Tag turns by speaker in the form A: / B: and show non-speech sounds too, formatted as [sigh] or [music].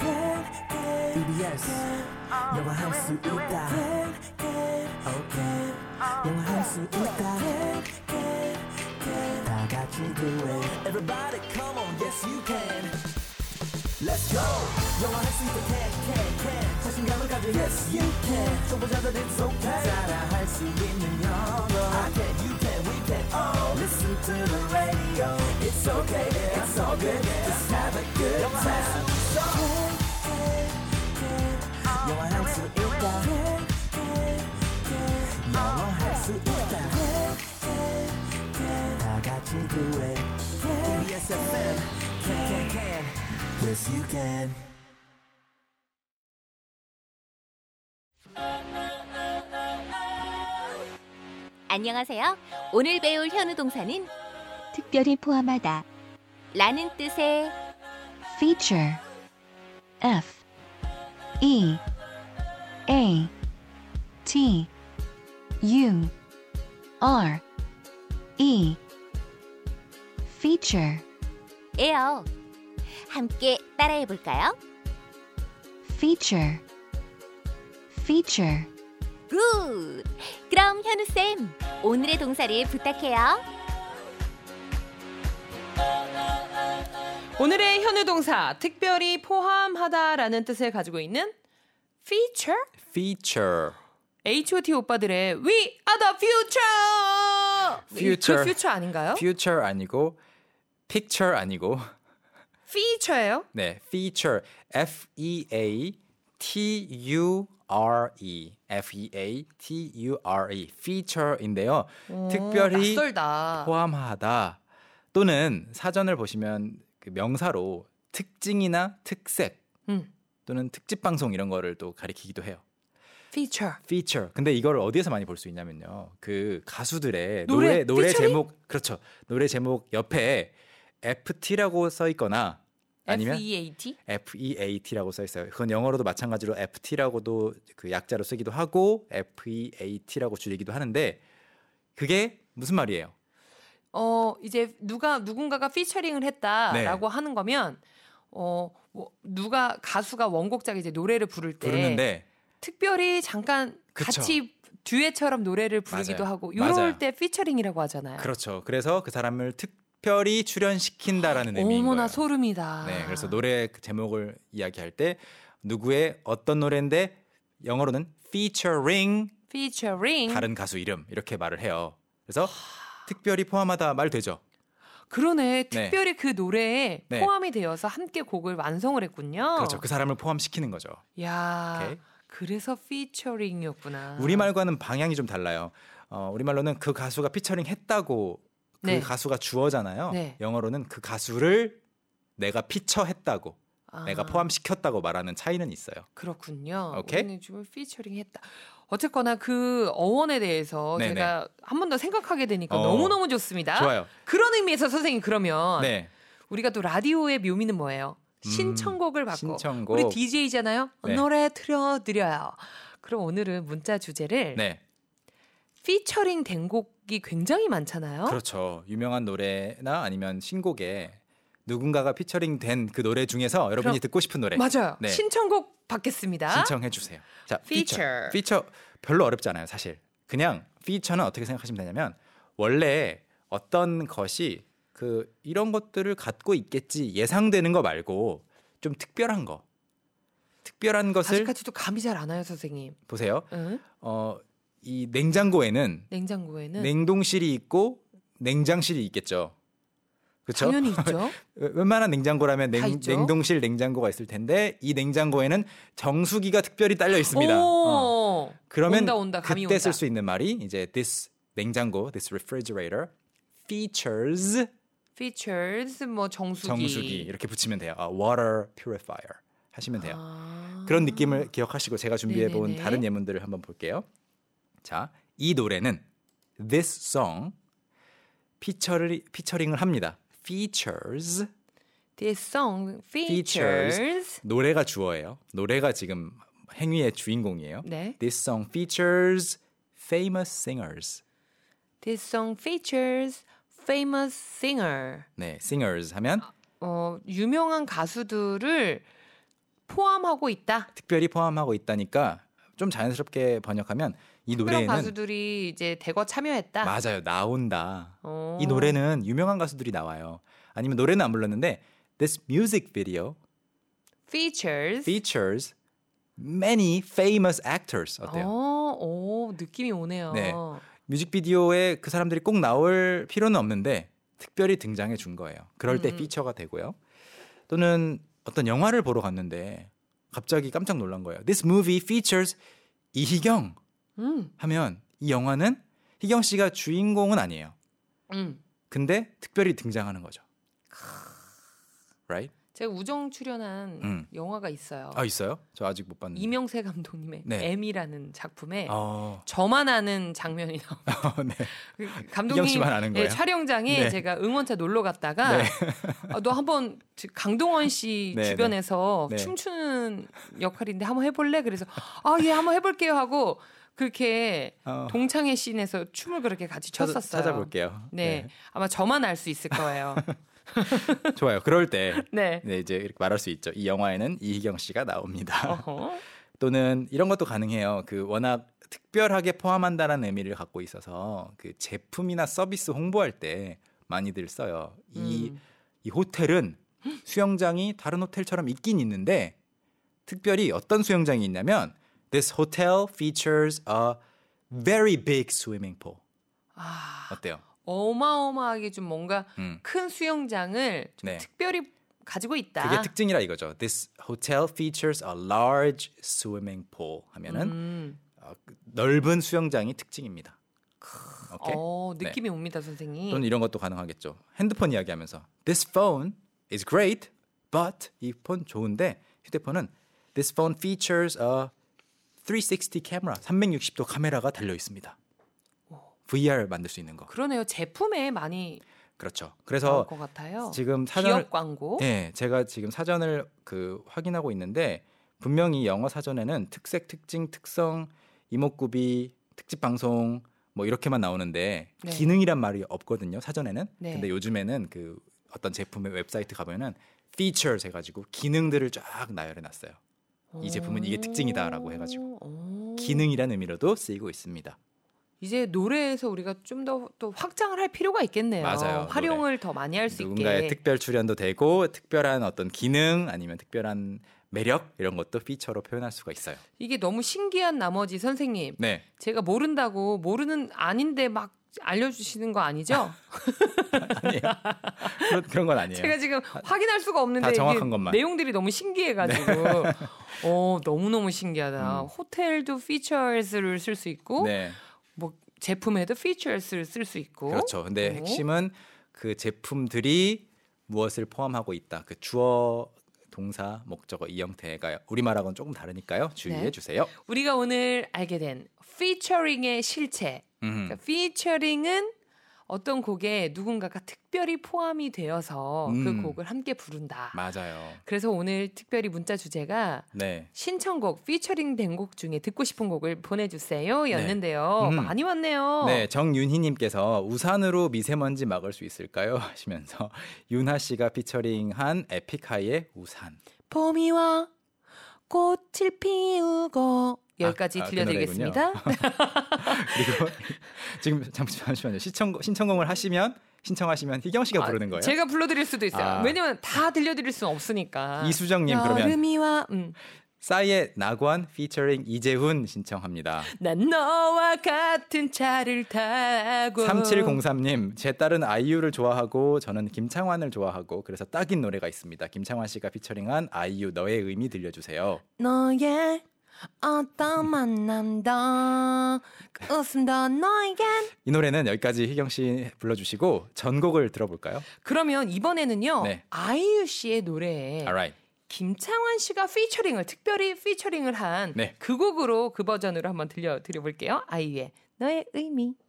A: E yes 영화할 수 있다 E okay 영화할 수 있다 다 같이 do it everybody come on yes you can Let's go 영화할 수 있다 can E can can 자신감을 가져 yes you can 초보자들 it's okay 따라할 수 있는 영어 I can you can we can all listen to the radio it's okay yeah, it's all good just have a good time 영화할 수 있다 영화할 수 있다 다 같이 do it KBS FM can can can yes you can
B: 안녕하세요. 오늘 배울 현우 동사는
C: 특별히 포함하다.
B: 라는 뜻의
C: feature F E A T U R E feature
B: 에요. 함께 따라해 볼까요?
C: feature feature
B: 굿! 그럼 현우쌤, 오늘의 동사를 부탁해요.
D: 오늘의 현우 동사 특별히 포함하다라는 뜻을 가지고 있는 feature
E: feature.
D: H.O.T 오빠들의 We are the future.
E: Future.
D: 그 future 아닌가요?
E: future 아니고 picture 아니고 [laughs]
D: feature예요.
E: 네, feature. F E A T U R E. F E A T U R E. feature인데요. 특별히
D: 낯설다.
E: 포함하다 또는 사전을 보시면 그 명사로 특징이나 특색
D: 음.
E: 또는 특집 방송 이런 거를 또 가리키기도 해요.
D: feature.
E: feature. 근데 이걸 어디에서 많이 볼 수 있냐면요. 그
D: 노래,
E: 가수들의 노래 노래
D: featuring?
E: 제목 그렇죠. 노래 제목 옆에 FT라고 써 있거나 아니면
D: F.E.A.T.
E: FEAT라고 써 있어요. 그건 영어로도 마찬가지로 FT라고도 그 약자로 쓰기도 하고 FEAT라고 줄이기도 하는데 그게 무슨 말이에요?
D: 어 이제 누가 누군가가 피처링을
E: 네.
D: 했다라고 하는 거면 어 뭐, 누가 가수가 원곡자 이제 노래를 부를 때
E: 부르는데
D: 특별히 잠깐
E: 그쵸.
D: 같이 듀엣처럼 노래를 부르기도
E: 맞아요.
D: 하고 이럴
E: 맞아요.
D: 때 피처링이라고 하잖아요.
E: 그렇죠. 그래서 그 사람을 특별히 출연시킨다라는 의미인
D: 어머나
E: 거예요.
D: 소름이다.
E: 네, 그래서 노래 그 제목을 이야기할 때 누구의 어떤 노래인데 영어로는 featuring
D: 피처링
E: 다른 가수 이름 이렇게 말을 해요. 그래서 특별히 포함하다 말 되죠.
D: 그러네 특별히 그 노래에
E: 네.
D: 포함이 되어서 함께 곡을 완성을 했군요.
E: 그렇죠. 그 사람을 포함시키는 거죠.
D: 야
E: 오케이.
D: 그래서 피처링이었구나.
E: 우리말과는 방향이 좀 달라요. 어, 우리말로는 그 가수가 피처링 했다고 그
D: 네.
E: 가수가 주어잖아요.
D: 네.
E: 영어로는 그 가수를 내가 피처했다고
D: 아,
E: 내가 포함시켰다고 말하는 차이는 있어요.
D: 그렇군요.
E: 오케이.
D: 오늘 지금 피처링했다. 어쨌거나 그 어원에 대해서
E: 네네.
D: 제가 한 번 더 생각하게 되니까
E: 어,
D: 너무 너무 좋습니다.
E: 좋아요.
D: 그런 의미에서 선생님 그러면
E: 네.
D: 우리가 또 라디오의 묘미는 뭐예요?
E: 음,
D: 신청곡을 받고
E: 신청곡.
D: 우리 DJ잖아요.
E: 네.
D: 노래 틀어드려요. 그럼 오늘은 문자 주제를
E: 네.
D: 피처링 된 곡이 굉장히 많잖아요.
E: 그렇죠. 유명한 노래나 아니면 신곡에 누군가가 피처링 된 그 노래 중에서 여러분이
D: 그럼-
E: 듣고 싶은 노래
D: 맞아요.
E: 네.
D: 신청곡 받겠습니다.
E: 신청해 주세요. 자,
D: Feature.
E: 피처. 피처 별로 어렵지 않아요, 사실. 그냥 피처는 어떻게 생각하시면 되냐면 원래 어떤 것이 그 이런 것들을 갖고 있겠지 예상되는 거 말고 좀 특별한 거. 특별한 것을
D: 아직까지도 감이 잘 안 와요, 선생님.
E: 보세요.
D: 응?
E: 어, 이 냉장고에는
D: 냉장고에는
E: 냉동실이 있고 냉장실이 있겠죠. 그렇죠?
D: 당연히
E: [laughs]
D: 있죠.
E: 웬- 웬만한 냉장고라면
D: 다
E: 냉,
D: 있죠.
E: 냉동실 냉장고가 있을 텐데 이 냉장고에는 정수기가 특별히 딸려 있습니다. 어.
D: 오,
E: 그러면
D: 온다 온다 감이
E: 그때
D: 온다.
E: 쓸 수 있는 말이 이제 this 냉장고, this refrigerator features
D: features 뭐 정수기.
E: 정수기 이렇게 붙이면 돼요. 아, water purifier 하시면 돼요.
D: 아.
E: 그런 느낌을 기억하시고 제가 준비해 본
D: 네네네.
E: 다른 예문들을 한번 볼게요. 자, 이 노래는 this song 피처를 피처링을 합니다. features
D: This song
E: Features.
D: features.
E: 노래가 주어예요. 노래가 지금 행위의 주인공이에요.
D: 네.
E: This song features famous singers.
D: This song features famous singer. 아.
E: 네, singers 하면
D: 어, 유명한 가수들을 어, 포함하고 있다.
E: 특별히 포함하고 있다니까 좀 자연스럽게 번역하면 이
D: 특별한
E: 노래에는
D: 가수들이 이제 대거 참여했다.
E: 맞아요 나온다.
D: 어.
E: 이 노래는 유명한 가수들이 나와요. 아니면 노래는 안 불렀는데 this music video
D: features.
E: features many famous actors 어때요?
D: 어, 오, 느낌이 오네요.
E: 네. 뮤직비디오에 그 사람들이 꼭 나올 필요는 없는데 특별히 등장해 준 거예요. 그럴 때
D: 음.
E: 피처가 되고요. 또는 어떤 영화를 보러 갔는데 갑자기 깜짝 놀란 거예요. This movie features 이희경
D: 음,
E: 하면 이 영화는 희경 씨가 주인공은 아니에요.
D: 음.
E: 근데 특별히 등장하는 거죠. Right?
D: 제가 우정 출연한
E: 음.
D: 영화가 있어요.
E: 아 있어요? 저 아직 못 봤는데.
D: 이명세 감독님의
E: 네.
D: M이라는 작품에
E: 어,
D: 저만 아는
E: [laughs]
D: 장면이 나와요.
E: 네.
D: 그
E: 이경
D: 감독님
E: 씨만 아는
D: 네,
E: 거예요.
D: 촬영장에
E: 네.
D: 제가 응원차 놀러 갔다가
E: 네.
D: 아, 너 한번 저- 강동원 씨
E: [laughs] 네,
D: 주변에서
E: 네. 네.
D: 춤추는 역할인데 한번 해볼래? 그래서 아 예 한번 해볼게요 하고 그렇게
E: 어,
D: 동창회 씬에서 춤을 그렇게 같이
E: 찾아-
D: 췄었어요.
E: 찾아볼게요.
D: 네, 아마 저만 알 수 있을
E: [laughs]
D: 거예요.
E: 네. 좋아요. 그럴 때
D: 네.
E: 네, 이제 이렇게 말할 수 있죠. 이 영화에는 이희경 씨가 나옵니다.
D: 어허.
E: [laughs] 또는 이런 것도 가능해요. 그 워낙 특별하게 포함한다라는 의미를 갖고 있어서 그 제품이나 서비스 홍보할 때 많이들 써요. 이,
D: 음.
E: 이 호텔은 수영장이 다른 호텔처럼 있긴 있는데 특별히 어떤 수영장이 있냐면 This hotel features a very big swimming pool.
D: 아,
E: 어때요?
D: 어마어마하게 좀 뭔가
E: 음.
D: 큰 수영장을 좀
E: 네.
D: 특별히 가지고 있다.
E: 그게 특징이라 이거죠. This hotel features a large swimming pool 하면은
D: 음.
E: 어, 그 넓은 수영장이 특징입니다. 오케이.
D: 어,
E: 네.
D: 느낌이 옵니다, 선생님.
E: 또는 이런 것도 가능하겠죠. 핸드폰 이야기하면서 This phone is great, but 이 폰 좋은데 휴대폰은 This phone features a 360 camera, 360도 카메라가 달려 있습니다. VR 만들 수 있는 거.
D: 그러네요. 제품에 많이
E: 그렇죠.
D: 나올
E: 그래서
D: 것 같아요.
E: 지금 사전을
D: 기업 광고.
E: 네, 제가 지금 사전을 그 확인하고 있는데 분명히 영어 사전에는 특색, 특징, 특성, 이목구비, 특집 방송 뭐 이렇게만 나오는데
D: 네.
E: 기능이란 말이 없거든요 사전에는.
D: 네.
E: 근데 요즘에는 그 어떤 제품의 웹사이트 가면은 features 해가지고 기능들을 쫙 나열해놨어요. 이 제품은 이게 특징이다라고 해가지고.
D: 오.
E: 기능이란 의미로도 쓰이고 있습니다.
D: 이제 노래에서 우리가 좀 더 또 확장을 할 필요가 있겠네요.
E: 맞아요,
D: 활용을 더 많이 할 수
E: 누군가의
D: 있게.
E: 특별 출연도 되고 특별한 어떤 기능 아니면 특별한 매력 이런 것도 feature로 표현할 수가 있어요.
D: 이게 너무 신기한 나머지 선생님
E: 네,
D: 제가 모른다고 모르는 아닌데 막 알려주시는 거
E: [laughs]
D: 아니죠?
E: 그런, 그런 건 아니에요.
D: 제가 지금 확인할 수가 없는데
E: 예. 다 정확한
D: 이게
E: 것만. 네.
D: 내용들이 너무 신기해가지고 어 너무 너무 신기하다. 호텔도 features를 쓸 수 있고
E: 음. 네.
D: 뭐 제품에도 features를 쓸 수 있고 네.
E: 그렇죠. 근데
D: 오.
E: 핵심은 그 제품들이 무엇을 포함하고 있다. 그 주어, 동사, 목적어 이 형태가 우리말하고는 조금 다르니까요. 주의해
D: 네.
E: 주세요.
D: 우리가 오늘 알게 된 featuring의 실체.
E: 음.
D: 그러니까 featuring은 어떤 곡에 누군가가 특별히 포함이 되어서 그
E: 음.
D: 곡을 함께 부른다.
E: 맞아요.
D: 그래서 오늘 특별히 문자 주제가
E: 네.
D: 신청곡 피처링 된 곡 중에 듣고 싶은 곡을 보내주세요 였는데요
E: 네. 음.
D: 많이 왔네요
E: 네, 정윤희님께서 우산으로 미세먼지 막을 수 있을까요? [laughs] 하시면서 윤하 씨가 피처링한 에픽하이의 우산.
D: 봄이 와 꽃을 피우고 여기까지
E: 아, 그
D: 들려드리겠습니다
E: 그리고 [laughs] 지금 잠시- 잠시만요. 시청 신청곡을 하시면 신청하시면 희경 씨가 부르는 거예요.
D: 아, 제가 불러드릴 수도 있어요
E: 아.
D: 왜냐면 다 들려드릴 수는 없으니까
E: 이수정님 그러면
D: 여름이 와 음.
E: 싸이의 낙원 피처링 이재훈 신청합니다.
D: 난 너와 같은 차를 타고
E: 3703님, 제 딸은 아이유를 좋아하고 저는 김창완을 좋아하고 그래서 딱인 노래가 있습니다. 김창완 씨가 피처링한 아이유 너의 의미 들려주세요.
D: 너의 어떤 만남도 그 웃음도 너에겐
E: 이 노래는 여기까지 희경 씨 불러주시고 전곡을 들어볼까요?
D: 그러면 이번에는요
E: 네.
D: 아이유 씨의 노래에
E: Alright,
D: 김창완 씨가 피처링을 특별히 피처링을 한 그
E: 네.
D: 곡으로 그 버전으로 한번 들려 드려볼게요 아이유의 너의 의미